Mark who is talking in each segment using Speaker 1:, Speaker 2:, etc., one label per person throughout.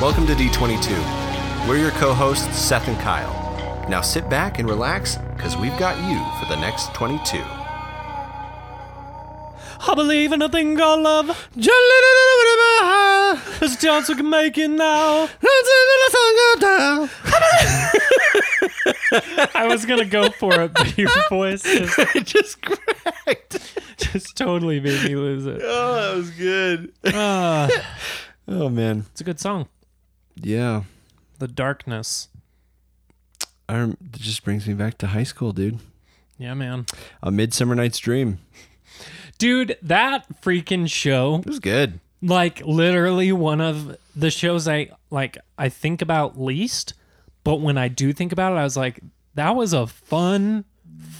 Speaker 1: Welcome to D22. We're your co hosts, Seth and Kyle. Now sit back and relax because we've got you for the next 22.
Speaker 2: I believe in a thing called love. There's a chance we can make it now. I was gonna go for it, but your voice just,
Speaker 1: just cracked.
Speaker 2: just totally made me lose it.
Speaker 1: Oh, that was good.
Speaker 2: Ah,
Speaker 1: Oh, man.
Speaker 2: it's a good song.
Speaker 1: Yeah.
Speaker 2: The darkness.
Speaker 1: I rem- it just brings me back to high school, dude.
Speaker 2: Yeah, man.
Speaker 1: A Midsummer Night's Dream.
Speaker 2: Dude, that freaking show
Speaker 1: It was good.
Speaker 2: like literally one of the shows I like I think about least, but when I do think about it, I was like, that was a fun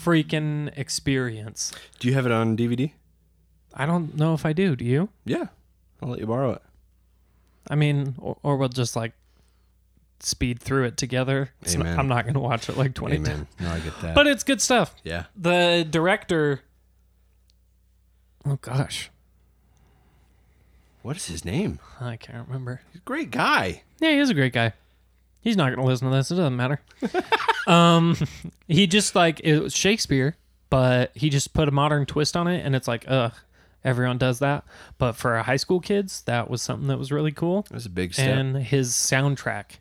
Speaker 2: freaking experience.
Speaker 1: Do you have it on DVD?
Speaker 2: I don't know if I do. Do you?
Speaker 1: Yeah. I'll let you borrow it.
Speaker 2: I mean, or, or we'll just like speed through it together. It's not-
Speaker 1: Amen.
Speaker 2: I'm not gonna watch it like twenty times,
Speaker 1: No, I get that.
Speaker 2: but it's good stuff.
Speaker 1: yeah.
Speaker 2: The director. Oh gosh,
Speaker 1: What is his name?
Speaker 2: I can't remember.
Speaker 1: He's a great guy.
Speaker 2: Yeah, he is a great guy. He's not going to listen to this. It doesn't matter. um, he just like it was Shakespeare, but he just put a modern twist on it, and it's like, ugh, everyone does that. But for our high school kids, that was something that was really cool.
Speaker 1: That was a big step.
Speaker 2: And his soundtrack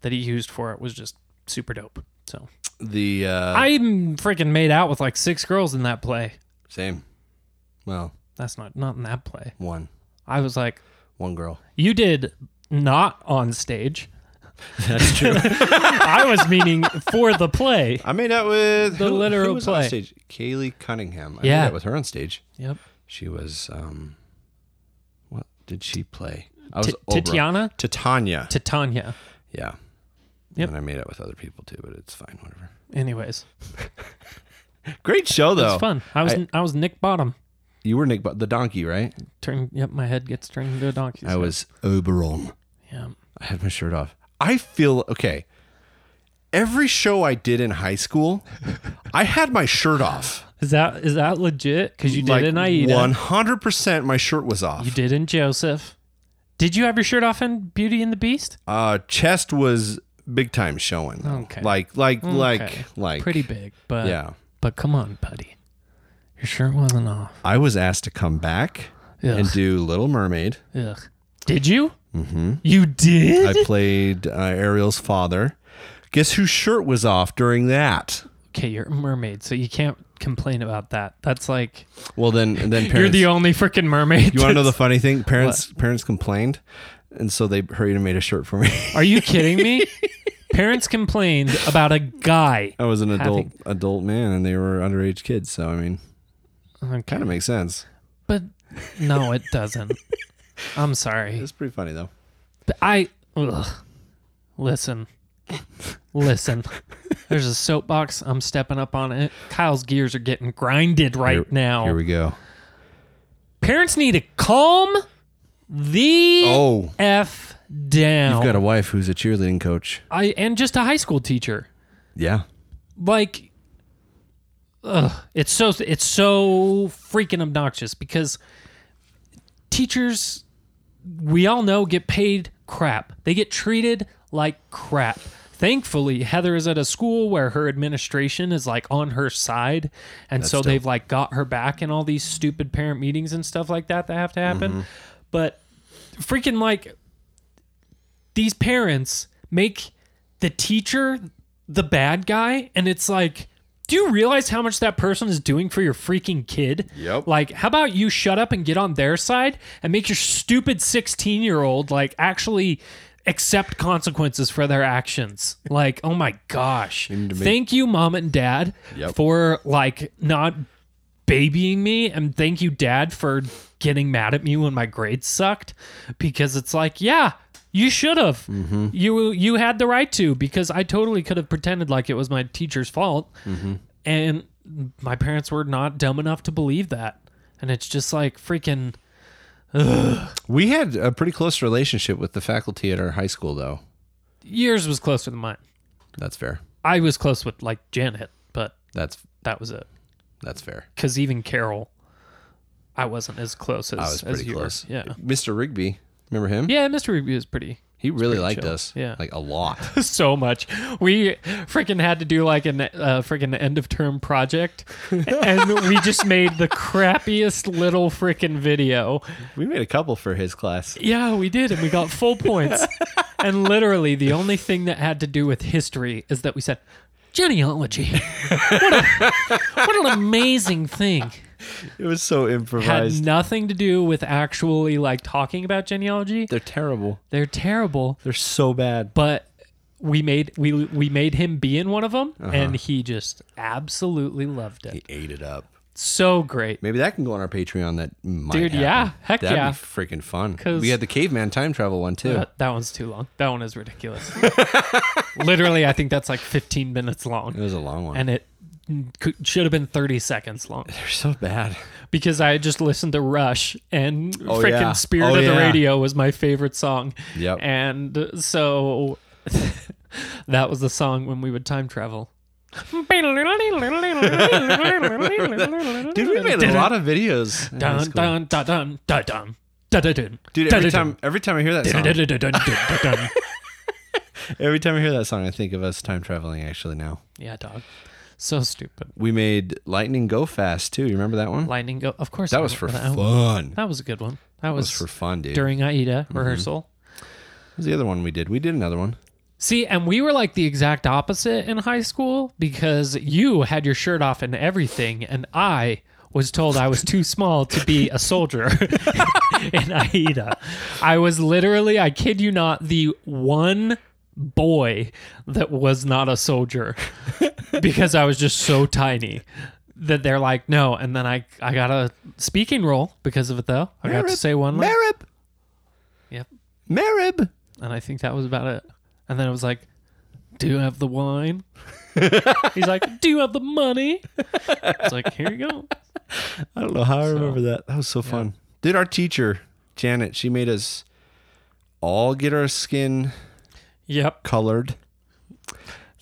Speaker 2: that he used for it was just super dope. So
Speaker 1: the uh,
Speaker 2: I even freaking made out with like six girls in that play.
Speaker 1: same. Well,
Speaker 2: That's not not in that play.
Speaker 1: one,
Speaker 2: I was like,
Speaker 1: one girl.
Speaker 2: you did not on stage.
Speaker 1: That's true.
Speaker 2: I was meaning for the play.
Speaker 1: I made out with
Speaker 2: The literal
Speaker 1: was
Speaker 2: play.
Speaker 1: on stage. Kaylee Cunningham. I
Speaker 2: Yeah.
Speaker 1: made out with her on stage.
Speaker 2: Yep.
Speaker 1: She was um, what did she play? I was
Speaker 2: Ti-
Speaker 1: Oberon.
Speaker 2: Titiana?
Speaker 1: Titania.
Speaker 2: Titania.
Speaker 1: yeah.
Speaker 2: Yep.
Speaker 1: And I made out with other people too, but it's fine. Whatever.
Speaker 2: Anyways,
Speaker 1: Great show
Speaker 2: it
Speaker 1: though.
Speaker 2: was fun. I was I,
Speaker 1: Oh. I-
Speaker 2: was Nick Bottom.
Speaker 1: You were Nick, but the donkey, right?
Speaker 2: Turn yep, my head gets turned into a donkey.
Speaker 1: I was Oberon.
Speaker 2: yeah.
Speaker 1: I had my shirt off. I feel okay. Every show I did in high school, I had my shirt off.
Speaker 2: Is that is that legit? Because you did
Speaker 1: Like,
Speaker 2: in Aida.
Speaker 1: 100% my shirt was off.
Speaker 2: You did in Joseph. Did you have your shirt off in Beauty and the Beast?
Speaker 1: Uh, chest was big time showing. though.
Speaker 2: Okay.
Speaker 1: Like, like,
Speaker 2: Okay.
Speaker 1: like, like.
Speaker 2: Pretty big, but
Speaker 1: Yeah.
Speaker 2: But come on, buddy, your shirt wasn't off.
Speaker 1: I was asked to come back
Speaker 2: Ugh.
Speaker 1: and do Little Mermaid.
Speaker 2: Ugh. Did you? Mm-hmm. You did.
Speaker 1: I played uh, Ariel's father. Guess whose shirt was off during that?
Speaker 2: okay, you're a mermaid, so you can't complain about that. That's like
Speaker 1: Well, then, and then parents.
Speaker 2: you're the only freaking mermaid.
Speaker 1: you want to know the funny thing? Parents, parents complained, and so they hurried and made a shirt for me.
Speaker 2: Are you kidding me? Parents complained about a guy.
Speaker 1: I was an adult
Speaker 2: Having-
Speaker 1: adult man, and they were underage kids. So I mean,
Speaker 2: Okay.
Speaker 1: kind of makes sense.
Speaker 2: But no, it doesn't. I'm sorry.
Speaker 1: It's pretty funny though.
Speaker 2: But I ugh. listen, listen. There's a soapbox. I'm stepping up on it. Kyle's gears are getting grinded right
Speaker 1: Here-
Speaker 2: now.
Speaker 1: Here we go.
Speaker 2: Parents need to calm the
Speaker 1: Oh,
Speaker 2: f down.
Speaker 1: I've got a wife who's a cheerleading coach.
Speaker 2: I and just a high school teacher.
Speaker 1: Yeah.
Speaker 2: like ugh, it's so it's so freaking obnoxious because teachers we all know get paid crap they get treated like crap thankfully heather is at a school where her administration is like on her side and so they've like got her back in all these stupid parent meetings and stuff like that that have to happen but freaking like these parents make the teacher the bad guy and it's like do you realize how much that person is doing for your freaking kid?
Speaker 1: Yep.
Speaker 2: Like, how about you shut up and get on their side and make your stupid 16 year old, like, actually accept consequences for their actions? Like, oh my gosh. Thank you, mom and dad,
Speaker 1: Yep.
Speaker 2: for, like, not babying me and thank you dad for getting mad at me when my grades sucked because it's like yeah you should have
Speaker 1: Mm-hmm.
Speaker 2: you you had the right to because i totally could have pretended like it was my teacher's fault
Speaker 1: Mm-hmm.
Speaker 2: and my parents were not dumb enough to believe that and it's just like freaking
Speaker 1: We had a pretty close relationship with the faculty at our high school, though.
Speaker 2: yours was closer than mine
Speaker 1: That's fair.
Speaker 2: i was close with like janet but
Speaker 1: That's
Speaker 2: that was it
Speaker 1: that's fair.
Speaker 2: because even carol i wasn't as close as,
Speaker 1: I was
Speaker 2: as
Speaker 1: pretty
Speaker 2: you were.
Speaker 1: close.
Speaker 2: yeah
Speaker 1: Mr. Rigby, remember him?
Speaker 2: yeah mr review is pretty
Speaker 1: He really liked
Speaker 2: chill.
Speaker 1: us.
Speaker 2: Yeah.
Speaker 1: Like a lot.
Speaker 2: so much. We freaking had to do like an uh, freaking end of term project, and we just made the crappiest little freaking video.
Speaker 1: we made a couple for his class.
Speaker 2: Yeah, we did, and we got full points. and literally, the only thing that had to do with history is that we said genealogy. what, a, what an amazing thing!
Speaker 1: It was so
Speaker 2: Had
Speaker 1: improvised.
Speaker 2: nothing to do with actually like talking about genealogy.
Speaker 1: They're terrible.
Speaker 2: They're terrible,
Speaker 1: They're so bad.
Speaker 2: but we made we we made him be in one of them, and he just absolutely loved it.
Speaker 1: Uh-huh. He ate it up.
Speaker 2: So great.
Speaker 1: Maybe that can go on our Patreon. That might
Speaker 2: Dude,
Speaker 1: happen.
Speaker 2: yeah. Heck
Speaker 1: That'd
Speaker 2: yeah.
Speaker 1: be freaking fun.
Speaker 2: 'Cause-
Speaker 1: We had the caveman time travel one too.
Speaker 2: That, that one's too long. That one is ridiculous. Literally, I think that's like 15 minutes long.
Speaker 1: it was a long one.
Speaker 2: and it could, should have been 30 seconds long
Speaker 1: They're so bad.
Speaker 2: because I had just listened to Rush and
Speaker 1: Oh,
Speaker 2: freaking
Speaker 1: yeah.
Speaker 2: Spirit
Speaker 1: Oh,
Speaker 2: of the
Speaker 1: yeah.
Speaker 2: Radio was my favorite song.
Speaker 1: Yep.
Speaker 2: And so that was the song when we would time travel.
Speaker 1: Dude, we made a lot of videos. in high
Speaker 2: Dun,
Speaker 1: school.
Speaker 2: dun, dun, dun, dun, dun. Dun-dun-dun.
Speaker 1: Dude, every
Speaker 2: Dun-dun-dun.
Speaker 1: time every time I hear that song,
Speaker 2: Dun-dun-dun-dun-dun-dun.
Speaker 1: every time I hear that song, I think of us time traveling. Actually, now
Speaker 2: Yeah, dog. So stupid.
Speaker 1: we made Lightning Go Fast too. You remember that one?
Speaker 2: Lightning go. Of course. I
Speaker 1: That was for
Speaker 2: remember
Speaker 1: fun.
Speaker 2: that one.
Speaker 1: That
Speaker 2: That was a good one. That
Speaker 1: was
Speaker 2: was,
Speaker 1: for Mm-hmm. fun, dude. What
Speaker 2: during AIDA rehersal.
Speaker 1: was the other one we did? We did another one.
Speaker 2: See, and we were like the exact opposite in high school because you had your shirt off and everything, and I was told I was too small to be a soldier in AIDA. I was literally, I kid you not, the one boy that was not a soldier because I was just so tiny that they're like, no. And then I, I got a speaking role because of it, though. I got to say one. line.
Speaker 1: Marib.
Speaker 2: Yep
Speaker 1: Marib.
Speaker 2: and I think that was about it. And then it was like, "Do you have the wine?" He's like, "Do you have the money?" It's like, "Here you go."
Speaker 1: I don't know how I remember that. That was so fun. Dude, our teacher, Janet, she made us all get our skin
Speaker 2: Yep,
Speaker 1: colored.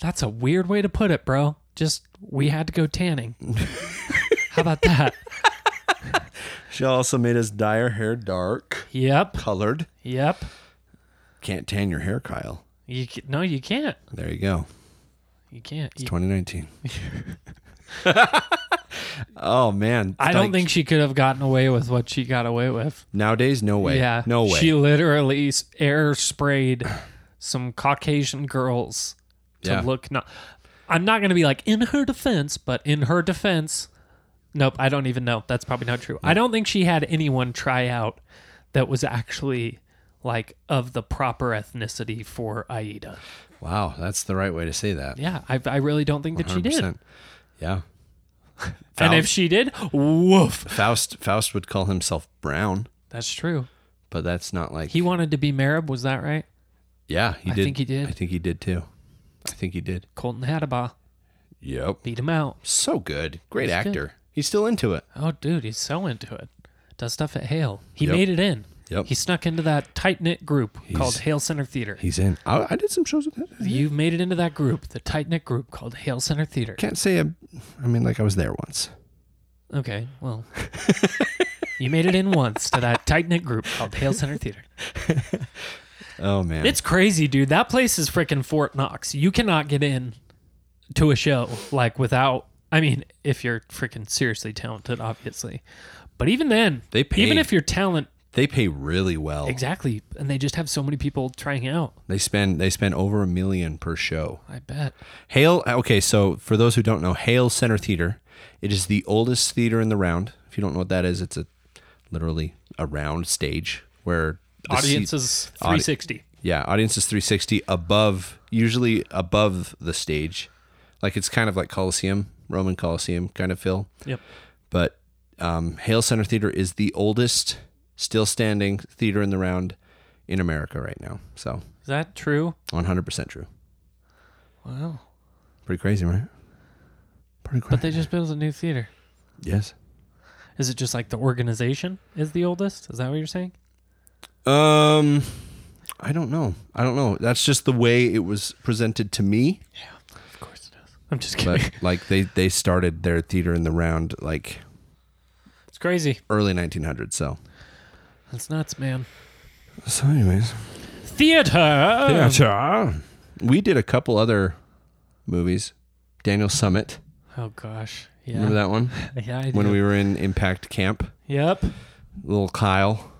Speaker 2: that's a weird way to put it, bro. Just we had to go tanning. How about that?
Speaker 1: She also made us dye our hair dark,
Speaker 2: Yep,
Speaker 1: colored.
Speaker 2: yep.
Speaker 1: Can't tan your hair, Kyle.
Speaker 2: You c- no, you can't.
Speaker 1: There you go.
Speaker 2: You can't. You-
Speaker 1: 2019. oh man.
Speaker 2: I don't
Speaker 1: Like,
Speaker 2: think she could have gotten away with what she got away with.
Speaker 1: nowadays no way.
Speaker 2: Yeah,
Speaker 1: No way.
Speaker 2: She literally s- air sprayed some Caucasian girls to
Speaker 1: Yeah.
Speaker 2: look. Not, I'm not going to be like in her defense, but in her defense, nope. I don't even know. That's probably not true. I don't think she had anyone try out that was actually like of the proper ethnicity for Aida.
Speaker 1: wow, that's the right way to say that.
Speaker 2: Yeah, I, I really don't think that she did.
Speaker 1: 100%. Yeah.
Speaker 2: And if she did, woof.
Speaker 1: Faust Faust would call himself brown,
Speaker 2: That's true.
Speaker 1: but that's not like
Speaker 2: He wanted to be Marib. Was that right?
Speaker 1: Yeah, he
Speaker 2: I
Speaker 1: did.
Speaker 2: think he did.
Speaker 1: I think he did too. I think he did.
Speaker 2: Colton Hadaba
Speaker 1: Yep.
Speaker 2: beat him out.
Speaker 1: So good. Great
Speaker 2: He's good.
Speaker 1: actor. He's still into it.
Speaker 2: Oh, dude, he's so into it. Does stuff at Hale. He
Speaker 1: Yep.
Speaker 2: made it in.
Speaker 1: Yep.
Speaker 2: He snuck into that tight knit group called Hale Center Theater.
Speaker 1: He's in. I, I did some shows with him.
Speaker 2: You've made it into that group, the tight knit group called Hale Center Theater.
Speaker 1: Can't say I, I mean, like I was there once.
Speaker 2: Okay, well, you made it in once to that tight knit group called Hale Center Theater.
Speaker 1: Oh man.
Speaker 2: It's crazy, dude. That place is freaking Fort Knox. You cannot get in to a show like without. I mean, if you're freaking seriously talented, obviously. But even then,
Speaker 1: They pay.
Speaker 2: even if your talent
Speaker 1: they pay really well.
Speaker 2: exactly, and they just have so many people trying out.
Speaker 1: They spend they spend over a million per show.
Speaker 2: I bet.
Speaker 1: Hale. Okay, so for those who don't know, Hale Center Theater, it is the oldest theater in the round. If you don't know what that is, it's a literally a round stage where the
Speaker 2: Audience
Speaker 1: seat-
Speaker 2: is 360.
Speaker 1: Yeah, audience is 360 above, usually above the stage. Like it's kind of like Coliseum, Roman Coliseum kind of feel.
Speaker 2: Yep.
Speaker 1: But um, Hale Center Theater is the oldest still standing theater in the round in America right now. So
Speaker 2: Is that true?
Speaker 1: 100% true.
Speaker 2: Wow.
Speaker 1: Pretty crazy, right? Pretty
Speaker 2: But
Speaker 1: crazy.
Speaker 2: they just built a new theater.
Speaker 1: Yes.
Speaker 2: Is it just like the organization is the oldest? Is that what you're saying?
Speaker 1: Um, I don't know. I don't know. That's just the way it was presented to me.
Speaker 2: Of course it is. I'm just kidding.
Speaker 1: But like they they started their theater in the round like
Speaker 2: it's crazy.
Speaker 1: early 1900s. So
Speaker 2: That's nuts, man.
Speaker 1: So, anyways,
Speaker 2: theater.
Speaker 1: Um, We did a couple other movies. Daniel Summit.
Speaker 2: Oh gosh,
Speaker 1: Remember
Speaker 2: yeah,
Speaker 1: that one?
Speaker 2: yeah. I
Speaker 1: When
Speaker 2: do.
Speaker 1: we were in Impact Camp.
Speaker 2: yep,
Speaker 1: Little Kyle.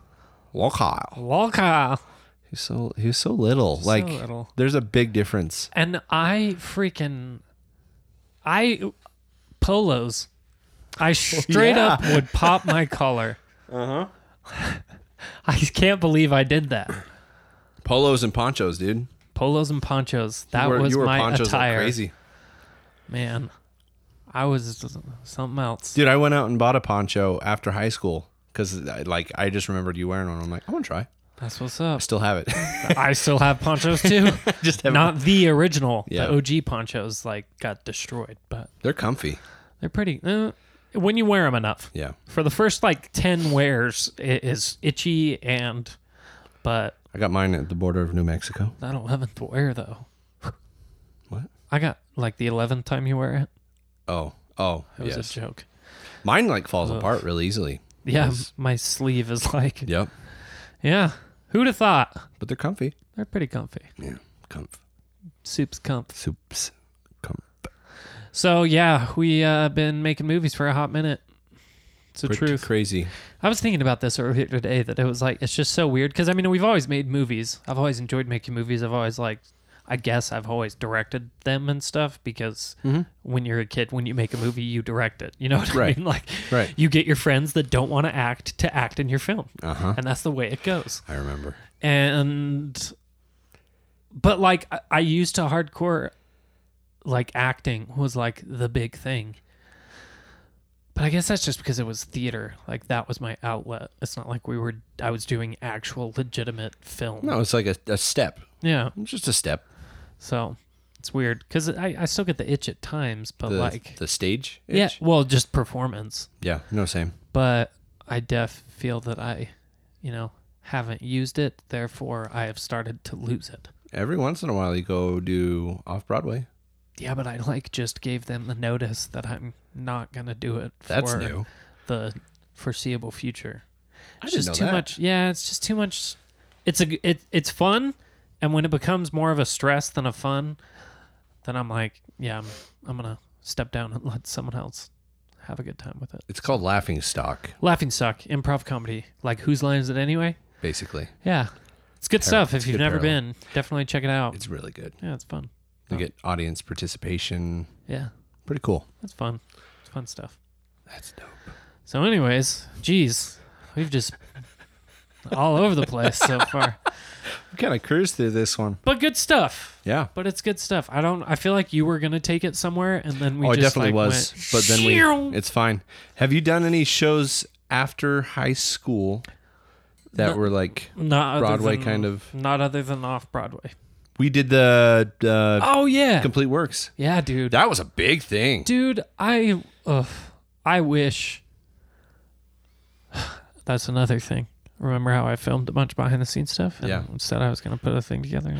Speaker 1: Little Kyle.
Speaker 2: Walker.
Speaker 1: He's so he was so little. like
Speaker 2: little.
Speaker 1: there's a big difference.
Speaker 2: And I freaking, I polos. I straight
Speaker 1: Yeah.
Speaker 2: up would pop my collar.
Speaker 1: Uh-huh.
Speaker 2: Uh huh. I can't believe I did that.
Speaker 1: Polos and ponchos, dude.
Speaker 2: Polos and ponchos. That
Speaker 1: You were,
Speaker 2: was
Speaker 1: you were
Speaker 2: my
Speaker 1: ponchos like
Speaker 2: attire.
Speaker 1: crazy.
Speaker 2: Man, I was something else.
Speaker 1: Dude, I went out and bought a poncho after high school because like I just remembered you wearing one. I'm like, I want to try.
Speaker 2: That's what's up.
Speaker 1: Still have it.
Speaker 2: I still have ponchos too.
Speaker 1: just have
Speaker 2: Not the original.
Speaker 1: Yeah.
Speaker 2: The OG ponchos like got destroyed, but
Speaker 1: They're comfy.
Speaker 2: they're pretty. Uh, when you wear them enough,
Speaker 1: Yeah.
Speaker 2: for the first like ten wears, it is itchy and. But
Speaker 1: I got mine at the border of New Mexico.
Speaker 2: that eleventh wear though,
Speaker 1: What?
Speaker 2: I got like the eleventh time you wear it.
Speaker 1: Oh, oh,
Speaker 2: It was Oh.
Speaker 1: yes.
Speaker 2: a joke.
Speaker 1: Mine like falls apart really easily.
Speaker 2: Yeah, my sleeve is like.
Speaker 1: Yep.
Speaker 2: Yeah, who'd have thought?
Speaker 1: But they're comfy.
Speaker 2: They're pretty comfy.
Speaker 1: Yeah. Comf.
Speaker 2: Soup's comfy.
Speaker 1: Soups. Comf.
Speaker 2: So yeah, we uh been making movies for a hot minute. It's the
Speaker 1: Pretty
Speaker 2: truth.
Speaker 1: Crazy.
Speaker 2: I was thinking about this earlier today that it was like it's just so weird because I mean we've always made movies. I've always enjoyed making movies. I've always like I guess I've always directed them and stuff because when you're a kid, when you make a movie, you direct it. You know what
Speaker 1: Mm-hmm. Right.
Speaker 2: I mean? Like
Speaker 1: Right.
Speaker 2: you get your friends that don't want to act to act in your film. Uh-huh. And that's the way it goes
Speaker 1: I remember.
Speaker 2: and but like I, I used to hardcore like acting was like the big thing but i guess that's just because it was theater like that was my outlet it's not like we were i was doing actual legitimate film
Speaker 1: No, it's like a, a step.
Speaker 2: yeah
Speaker 1: Just a step.
Speaker 2: so it's weird because I, I still get the itch at times but
Speaker 1: The,
Speaker 2: like
Speaker 1: the stage.
Speaker 2: yeah
Speaker 1: itch.
Speaker 2: well just performance
Speaker 1: Yeah. No, same.
Speaker 2: but I def feel that I, you know, haven't used it. Therefore, I have started to lose it.
Speaker 1: Every once in a while, you go do off Broadway.
Speaker 2: Yeah, but I like just gave them the notice that I'm not gonna do it for
Speaker 1: That's new.
Speaker 2: the foreseeable future.
Speaker 1: I
Speaker 2: It's
Speaker 1: didn't
Speaker 2: just
Speaker 1: know
Speaker 2: too
Speaker 1: that.
Speaker 2: much. Yeah, it's just too much. It's a it, it's fun, and when it becomes more of a stress than a fun, then I'm like, yeah, I'm I'm gonna step down and let someone else have a good time with it.
Speaker 1: It's called laughing stock,
Speaker 2: Laughing stock, improv comedy. Like whose line is it anyway?
Speaker 1: basically.
Speaker 2: Yeah. It's good stuff. If
Speaker 1: it's
Speaker 2: you've
Speaker 1: good
Speaker 2: never
Speaker 1: parallel.
Speaker 2: been, definitely check it out.
Speaker 1: It's really good.
Speaker 2: yeah, it's fun.
Speaker 1: You get audience participation.
Speaker 2: Yeah,
Speaker 1: Pretty cool.
Speaker 2: it's fun. It's fun stuff.
Speaker 1: That's dope.
Speaker 2: So, anyways, geez, we've just all over the place so far,
Speaker 1: We kind of cruised through this one.
Speaker 2: but good stuff.
Speaker 1: Yeah.
Speaker 2: But it's good stuff. I don't. I feel like you were gonna take it somewhere, and then we
Speaker 1: oh, it
Speaker 2: just
Speaker 1: definitely
Speaker 2: like,
Speaker 1: was.
Speaker 2: went,
Speaker 1: but then we,
Speaker 2: "Sheow."
Speaker 1: it's fine. Have you done any shows after high school that
Speaker 2: No.
Speaker 1: were like,
Speaker 2: not other
Speaker 1: Broadway
Speaker 2: than-
Speaker 1: kind of-
Speaker 2: not other than off Broadway.
Speaker 1: we did the uh,
Speaker 2: Oh yeah,
Speaker 1: Complete Works?
Speaker 2: yeah, dude.
Speaker 1: That was a big thing.
Speaker 2: dude i ugh, i wish that's another thing remember how i filmed a bunch of behind the scenes stuff and
Speaker 1: Yeah.
Speaker 2: said i was going to put a thing together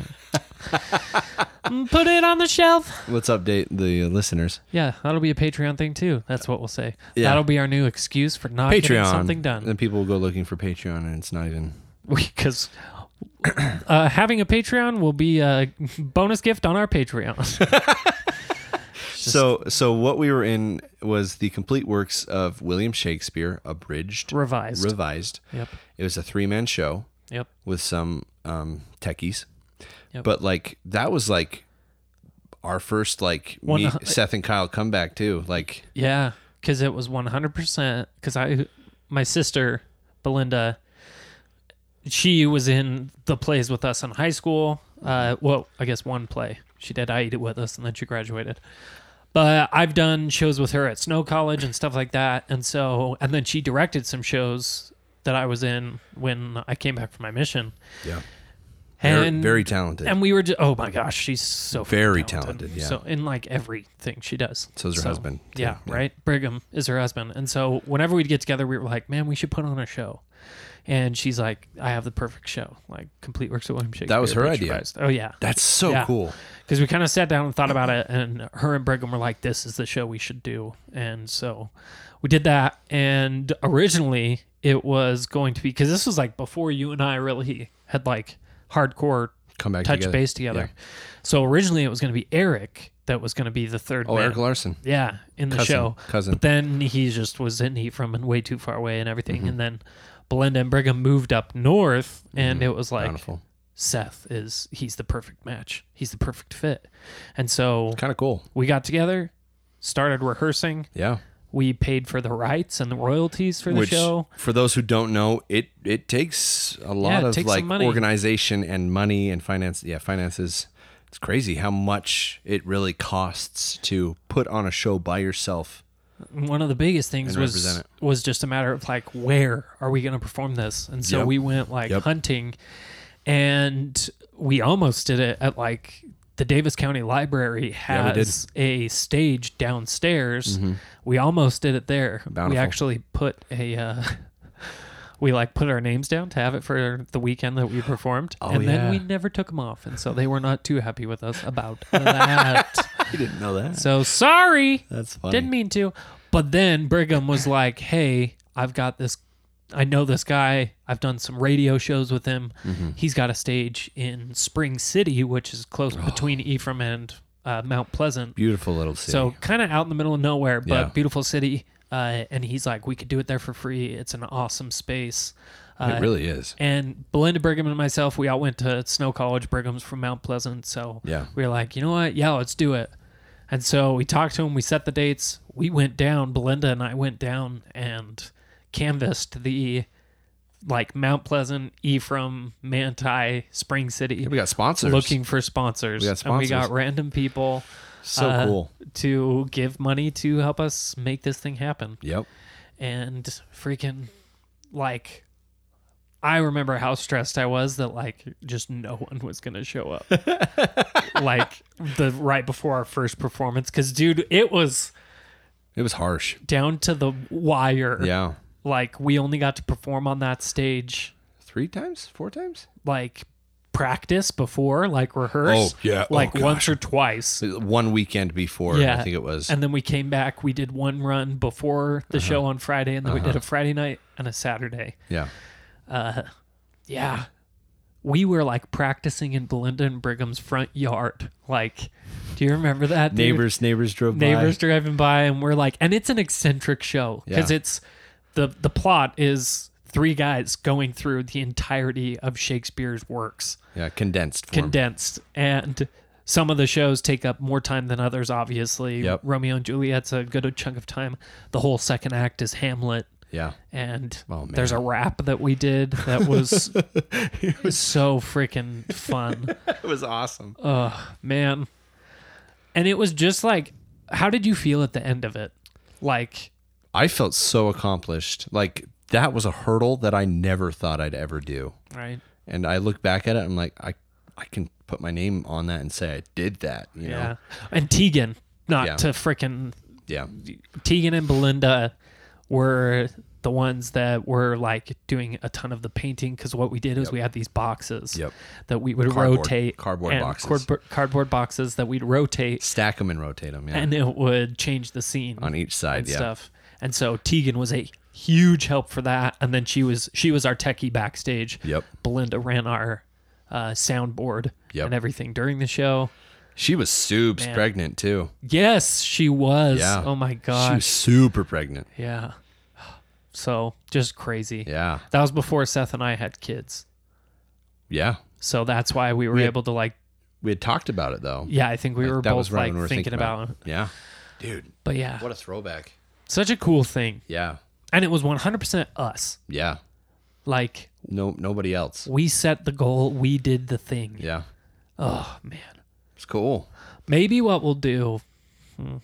Speaker 2: and put it on the shelf
Speaker 1: Let's update the uh, listeners.
Speaker 2: yeah that'll be a patreon thing too that's what we'll say
Speaker 1: Yeah.
Speaker 2: that'll be our new excuse for not getting
Speaker 1: Patreon. Uh,
Speaker 2: something done
Speaker 1: Then people will go looking for Patreon and it's not even.
Speaker 2: because uh, having a patreon will be a bonus gift on our patreon
Speaker 1: so, so what we were in was the complete works of William Shakespeare, abridged,
Speaker 2: revised
Speaker 1: revised.
Speaker 2: yep
Speaker 1: It was a three man show.
Speaker 2: yep
Speaker 1: with some um, techies.
Speaker 2: Yep.
Speaker 1: But like that was like our first like me,
Speaker 2: One-
Speaker 1: Seth and Kyle comeback too. Like
Speaker 2: Yeah, because it was one hundred percent. Because I, my sister Belinda, she was in the plays with us in high school. Uh, well, I guess one play she did. I eat it with us, and then she graduated. But I've done shows with her at Snow College and stuff like that, and so and then she directed some shows that I was in when I came back from my mission.
Speaker 1: yeah, very,
Speaker 2: And
Speaker 1: very talented.
Speaker 2: and we were just, oh my gosh, she's so
Speaker 1: Very
Speaker 2: freaking
Speaker 1: talented, yeah.
Speaker 2: So in like everything she does.
Speaker 1: So is her husband, too,
Speaker 2: Yeah,
Speaker 1: yeah.
Speaker 2: right. Brigham is her husband, and so whenever we'd get together, we were like, man, we should put on a show. And she's like, I have the perfect show, like complete works of William Shakespeare.
Speaker 1: was her
Speaker 2: Bridge
Speaker 1: idea.
Speaker 2: Revised. Oh yeah,
Speaker 1: That's so
Speaker 2: Yeah.
Speaker 1: cool.
Speaker 2: because we kind of sat down and thought about it, and her and Brigham were like, "This is the show we should do," and so we did that. And originally, it was going to be because this was like before you and I really had like hardcore
Speaker 1: Come back
Speaker 2: touch
Speaker 1: together.
Speaker 2: base together. So originally it was going to be Eric that was going to be the third.
Speaker 1: Oh,
Speaker 2: man.
Speaker 1: Eric Larson.
Speaker 2: Yeah, in the
Speaker 1: Cousin,
Speaker 2: show.
Speaker 1: cousin.
Speaker 2: But then he just was in heat from way too far away and everything.
Speaker 1: Mm-hmm.
Speaker 2: And then Belinda and Brigham moved up north, and it was like
Speaker 1: Bountiful.
Speaker 2: Seth is he's the perfect match. He's the perfect fit. And so
Speaker 1: Kind of cool.
Speaker 2: we got together, started rehearsing.
Speaker 1: Yeah.
Speaker 2: We paid for the rights and the royalties for the
Speaker 1: Which,
Speaker 2: show.
Speaker 1: for those who don't know, it it takes a lot
Speaker 2: it
Speaker 1: of
Speaker 2: takes
Speaker 1: like
Speaker 2: some money.
Speaker 1: organization and money and finance. Yeah, finances. It's crazy how much it really costs to put on a show by yourself.
Speaker 2: One of the biggest things
Speaker 1: And
Speaker 2: was
Speaker 1: represent
Speaker 2: was just a matter of like where are we going to perform this? And so
Speaker 1: Yep.
Speaker 2: we went like
Speaker 1: Yep.
Speaker 2: hunting and we almost did it at like the Davis County Library
Speaker 1: we did. Mm-hmm.
Speaker 2: has a stage downstairs. We almost did it there. We
Speaker 1: Bountiful.
Speaker 2: actually put a uh, we like put our names down to have it for the weekend that we performed, and
Speaker 1: Oh, yeah.
Speaker 2: then we never took them off, and so they were not too happy with us about that.
Speaker 1: You didn't know that.
Speaker 2: so sorry,
Speaker 1: That's funny.
Speaker 2: didn't mean to. But then Brigham was like, "Hey, I've got this. I know this guy. I've done some radio shows with him.
Speaker 1: Mm-hmm.
Speaker 2: He's got a stage in Spring City, which is close
Speaker 1: Oh.
Speaker 2: between Ephraim and uh, Mount Pleasant.
Speaker 1: Beautiful little city.
Speaker 2: So kind of out in the middle of nowhere, but
Speaker 1: Yeah.
Speaker 2: beautiful city. Uh, and he's like, we could do it there for free. It's an awesome space. Uh,
Speaker 1: it really is.
Speaker 2: And Belinda Brigham and myself, we all went to Snow College. Brigham's from Mount Pleasant, so
Speaker 1: Yeah.
Speaker 2: we were like, you know what? Yeah, let's do it. And so we talked to him. We set the dates. We went down. Belinda and I went down and canvassed the like Mount Pleasant, Ephraim, Manti, Spring City,
Speaker 1: We got sponsors.
Speaker 2: looking for sponsors.
Speaker 1: We got
Speaker 2: And we
Speaker 1: sponsors.
Speaker 2: got random people
Speaker 1: so
Speaker 2: uh,
Speaker 1: cool.
Speaker 2: to give money to help us make this thing happen.
Speaker 1: Yep.
Speaker 2: And freaking, like, I remember how stressed I was that like just no one was gonna show up. like the right before our first performance, because dude, it was
Speaker 1: It was harsh.
Speaker 2: down to the wire.
Speaker 1: Yeah.
Speaker 2: Like we only got to perform on that stage,
Speaker 1: Three times? Four times?
Speaker 2: like practice before, like rehearse.
Speaker 1: Oh, yeah. Oh,
Speaker 2: Like
Speaker 1: gosh.
Speaker 2: once or twice.
Speaker 1: One weekend before,
Speaker 2: Yeah.
Speaker 1: I think it was.
Speaker 2: And then we came back. We did one run before
Speaker 1: Uh-huh.
Speaker 2: the show on Friday, and then we did a Friday night and a Saturday.
Speaker 1: yeah.
Speaker 2: Yeah. We were like practicing in Belinda and Brigham's front yard. Like, do you remember that? dude?
Speaker 1: Neighbors, neighbors drove
Speaker 2: Neighbors
Speaker 1: by.
Speaker 2: driving by, and we're like, and it's an eccentric show because
Speaker 1: Yeah.
Speaker 2: it's the the plot is three guys going through the entirety of Shakespeare's works
Speaker 1: Yeah, condensed form.
Speaker 2: condensed and some of the shows take up more time than others obviously
Speaker 1: Yep.
Speaker 2: romeo and juliet's a good chunk of time the whole second act is hamlet
Speaker 1: yeah.
Speaker 2: and
Speaker 1: Oh, man.
Speaker 2: there's a rap that we did that was, so freaking fun
Speaker 1: It was awesome.
Speaker 2: Uh, man and it was just like how did you feel at the end of it like
Speaker 1: I felt so accomplished. Like that was a hurdle that I never thought I'd ever do.
Speaker 2: right
Speaker 1: And I look back at it, I'm like, I, I can put my name on that and say I did that. You
Speaker 2: yeah,
Speaker 1: know?
Speaker 2: and tegan not
Speaker 1: Yeah.
Speaker 2: to freaking
Speaker 1: Yeah.
Speaker 2: Tegan and Belinda were the ones that were like doing a ton of the painting because what we did is we had these boxes
Speaker 1: Yep.
Speaker 2: that we would
Speaker 1: Cardboard-
Speaker 2: rotate
Speaker 1: cardboard
Speaker 2: and
Speaker 1: boxes.
Speaker 2: cardboard, cardboard boxes that we'd rotate
Speaker 1: Stack them and rotate them. Yeah.
Speaker 2: and it would change the scene
Speaker 1: on each side.
Speaker 2: and
Speaker 1: Yeah.
Speaker 2: stuff and so Tegan was a huge help for that and then she was she was our techie backstage
Speaker 1: Yep.
Speaker 2: Belinda ran our uh, soundboard
Speaker 1: Yep.
Speaker 2: and everything during the show
Speaker 1: She was super pregnant too.
Speaker 2: yes she was
Speaker 1: Yeah.
Speaker 2: oh my
Speaker 1: She was
Speaker 2: gosh
Speaker 1: super pregnant.
Speaker 2: yeah so just crazy
Speaker 1: Yeah.
Speaker 2: That was before Seth and I had kids.
Speaker 1: Yeah.
Speaker 2: So that's why we were able to like
Speaker 1: We had talked about it though.
Speaker 2: yeah, I think we were
Speaker 1: that was
Speaker 2: both
Speaker 1: right
Speaker 2: like
Speaker 1: when we were
Speaker 2: thinking, about, it.
Speaker 1: Yeah. Dude,
Speaker 2: But yeah.
Speaker 1: what a throwback.
Speaker 2: Such a cool thing.
Speaker 1: Yeah.
Speaker 2: And it was 100% us.
Speaker 1: Yeah.
Speaker 2: Like
Speaker 1: No, nobody else.
Speaker 2: we set the goal, we did the thing.
Speaker 1: Yeah.
Speaker 2: Oh man.
Speaker 1: It's cool.
Speaker 2: Maybe what we'll do hmm.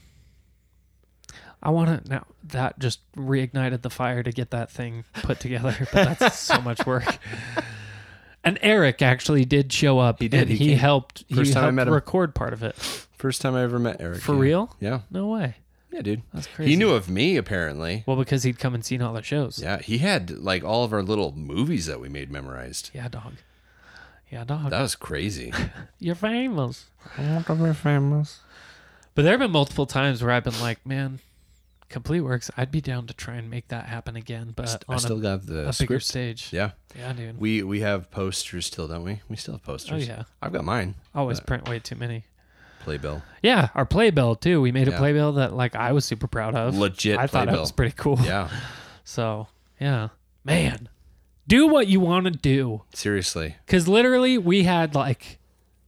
Speaker 2: I want to now that just reignited the fire to get that thing put together, but that's so much work. And Eric actually did show up. He
Speaker 1: did.
Speaker 2: And
Speaker 1: He
Speaker 2: he,
Speaker 1: came.
Speaker 2: helped.
Speaker 1: First
Speaker 2: he
Speaker 1: time I
Speaker 2: helped
Speaker 1: met him.
Speaker 2: record part of it.
Speaker 1: First time I ever met Eric.
Speaker 2: For
Speaker 1: yeah.
Speaker 2: real?
Speaker 1: Yeah.
Speaker 2: No way.
Speaker 1: Yeah, dude.
Speaker 2: That's crazy.
Speaker 1: He knew of me apparently.
Speaker 2: Well, because he'd come and seen all the shows.
Speaker 1: Yeah, he had like all of our little movies that we made memorized.
Speaker 2: Yeah, dog. Yeah, dog.
Speaker 1: That was crazy.
Speaker 2: You're famous.
Speaker 1: I want to be famous.
Speaker 2: But there have been multiple times where I've been like, man, Complete Works. I'd be down to try and make that happen again, but
Speaker 1: I
Speaker 2: Uh, on
Speaker 1: still
Speaker 2: a,
Speaker 1: got the
Speaker 2: a bigger
Speaker 1: script.
Speaker 2: stage.
Speaker 1: Yeah.
Speaker 2: Yeah, dude.
Speaker 1: We we have posters still, don't we? We still have posters.
Speaker 2: Oh, yeah.
Speaker 1: I've got mine.
Speaker 2: Always print way too many.
Speaker 1: Playbill.
Speaker 2: Yeah, our playbill too. We made a
Speaker 1: Yeah.
Speaker 2: playbill that like I was super proud of.
Speaker 1: Legit
Speaker 2: I thought it
Speaker 1: playbill.
Speaker 2: was pretty cool.
Speaker 1: Yeah.
Speaker 2: So yeah, man, do what you want to do.
Speaker 1: Seriously.
Speaker 2: Because literally, we had like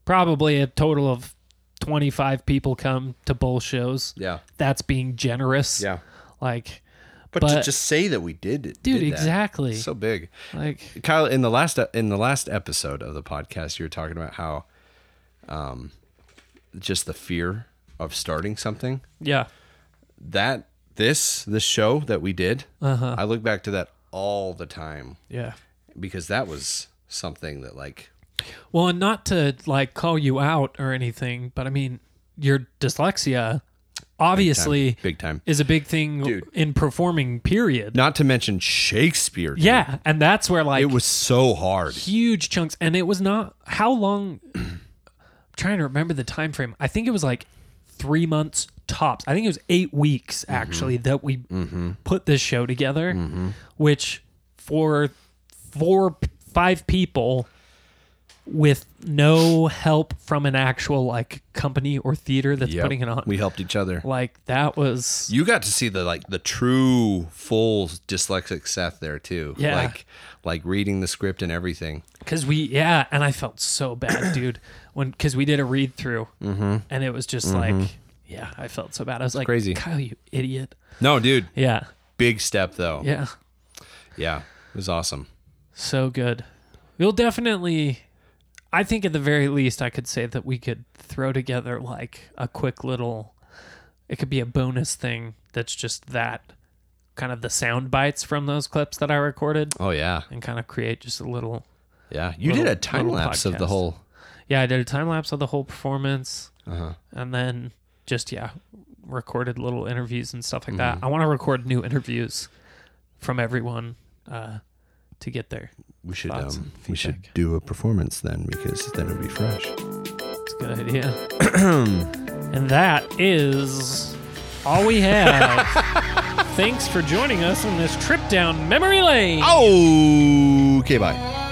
Speaker 2: probably a total of 25 people come to both shows.
Speaker 1: Yeah.
Speaker 2: That's being generous.
Speaker 1: Yeah.
Speaker 2: Like,
Speaker 1: But, to
Speaker 2: But-
Speaker 1: just say that we did it.
Speaker 2: dude,
Speaker 1: did that,
Speaker 2: exactly.
Speaker 1: it's So big.
Speaker 2: like,
Speaker 1: Kyle, in the last in the last episode of the podcast, you were talking about how, um, just the fear of starting something.
Speaker 2: yeah.
Speaker 1: That this this show that we did,
Speaker 2: Uh-huh.
Speaker 1: I look back to that all the time
Speaker 2: Yeah.
Speaker 1: because that was something that like
Speaker 2: Well, and not to like call you out or anything, but I mean, your dyslexia obviously
Speaker 1: big time.
Speaker 2: is a big thing
Speaker 1: Dude.
Speaker 2: in performing, period.
Speaker 1: Not to mention Shakespeare. dude.
Speaker 2: Yeah. And that's where like
Speaker 1: it was so hard.
Speaker 2: huge chunks and it was not how long I'm trying to remember the time frame i think it was like three months tops i think it was eight weeks actually that we put this show together which for four five people with no help from an actual like company or theater that's
Speaker 1: Yep.
Speaker 2: putting it on
Speaker 1: We helped each other.
Speaker 2: like that was
Speaker 1: You got to see the like the true full dyslexic Seth there too.
Speaker 2: Yeah.
Speaker 1: Like like reading the script and everything.
Speaker 2: Cause we, yeah, and I felt so bad, dude. When cause we did a read through, and it was just like, yeah, I felt so bad. I was like,
Speaker 1: crazy.
Speaker 2: Kyle, you idiot.
Speaker 1: No, dude,
Speaker 2: Yeah,
Speaker 1: big step though.
Speaker 2: yeah,
Speaker 1: Yeah, It was awesome.
Speaker 2: so good. You'll definitely. I think at the very least, I could say that we could throw together like a quick little. It could be a bonus thing that's just that, kind of the sound bites from those clips that I recorded,
Speaker 1: Oh yeah.
Speaker 2: and kind of create just a little.
Speaker 1: Yeah. You
Speaker 2: Little-
Speaker 1: did a time
Speaker 2: little
Speaker 1: lapse of the
Speaker 2: podcast.
Speaker 1: whole uh-huh.
Speaker 2: Yeah, I did a time lapse of the whole performance. And then just, yeah, recorded little interviews and stuff like that. I want to record new interviews from everyone uh, to get there.
Speaker 1: we should
Speaker 2: Thoughts
Speaker 1: um,
Speaker 2: and
Speaker 1: we should do a performance then because then it'll be fresh.
Speaker 2: It's a good idea. and that is all we have. Thanks for joining us on this trip down memory lane.
Speaker 1: Oh okay, bye.